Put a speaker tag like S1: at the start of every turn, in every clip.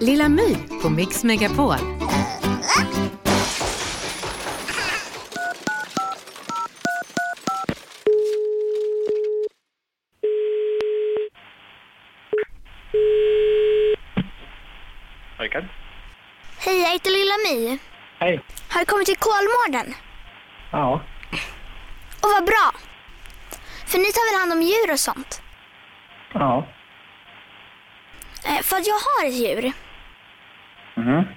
S1: Lilla My på Mix Megapol.
S2: Rickard?
S3: Hej, jag heter Lilla My.
S2: Hej.
S3: Har du kommit till Kolmården?
S2: Ja.
S3: Och vad bra! För ni tar väl hand om djur och sånt?
S2: Ja.
S3: Eh, För att jag har ett djur
S2: Mhm.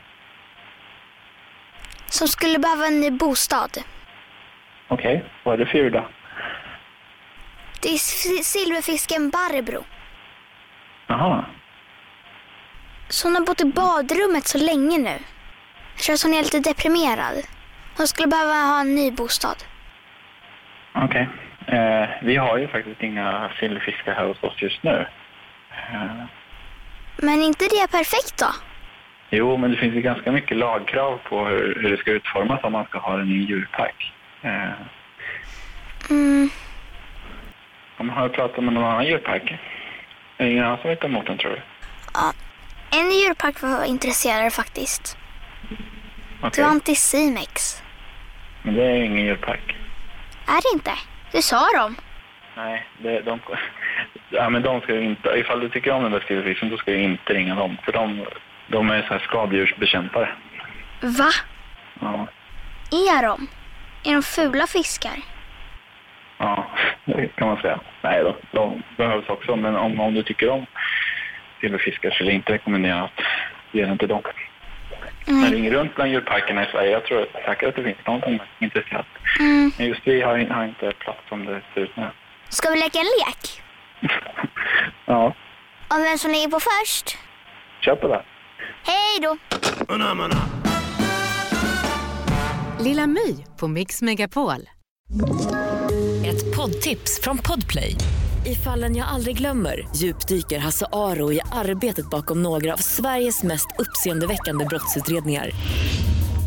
S3: som skulle behöva en ny bostad.
S2: Okej. Vad är det för djur då?
S3: Det är s- silverfisken Barbro.
S2: Jaha.
S3: Så hon har bott i badrummet så länge nu. Jag tror att hon är lite deprimerad. Hon skulle behöva ha en ny bostad.
S2: Okej. Eh, vi har ju faktiskt inga sillfiskar här hos oss just nu. Eh,
S3: Men inte det är perfekt då?
S2: jo, men det finns ju ganska mycket lagkrav på hur, hur det ska utformas om man ska ha en ny djurpark. Eh,
S3: Mm,
S2: om man har pratat med någon annan djurpark? Är det ingen annan som vet emot den, tror du?
S3: en djurpark var intresserad faktiskt. Det
S2: Okej.
S3: var Anticimex.
S2: Men det är ju ingen djurpark.
S3: Är det inte? Det sa de.
S2: Nej, det, de, ja, men de ska ju inte... Ifall du tycker om den där sillfisken, då ska du inte ringa dem. För de, de är så här skadedjursbekämpare.
S3: Va?
S2: Ja.
S3: Är de? Är de fula fiskar?
S2: Ja, det kan man säga. Nej då, de behövs också. Men om, om du tycker om silverfiskar så är det inte rekommenderat att ge den till dem. Men ring runt bland djurparkerna i Sverige. Jag tror säkert att det finns någon som är intresserad.
S3: Mm.
S2: Men just vi har, in- har inte plats som det ser ut nu.
S3: Ska vi leka en lek?
S2: Ja,
S3: Om vem som ligger på först?
S2: kör på det.
S3: Hej då!
S1: Lilla My på Mix Megapol.
S4: Ett poddtips från Podplay. I fallen jag aldrig glömmer djupdyker Hasse Aro i arbetet bakom några av Sveriges mest uppseendeväckande brottsutredningar.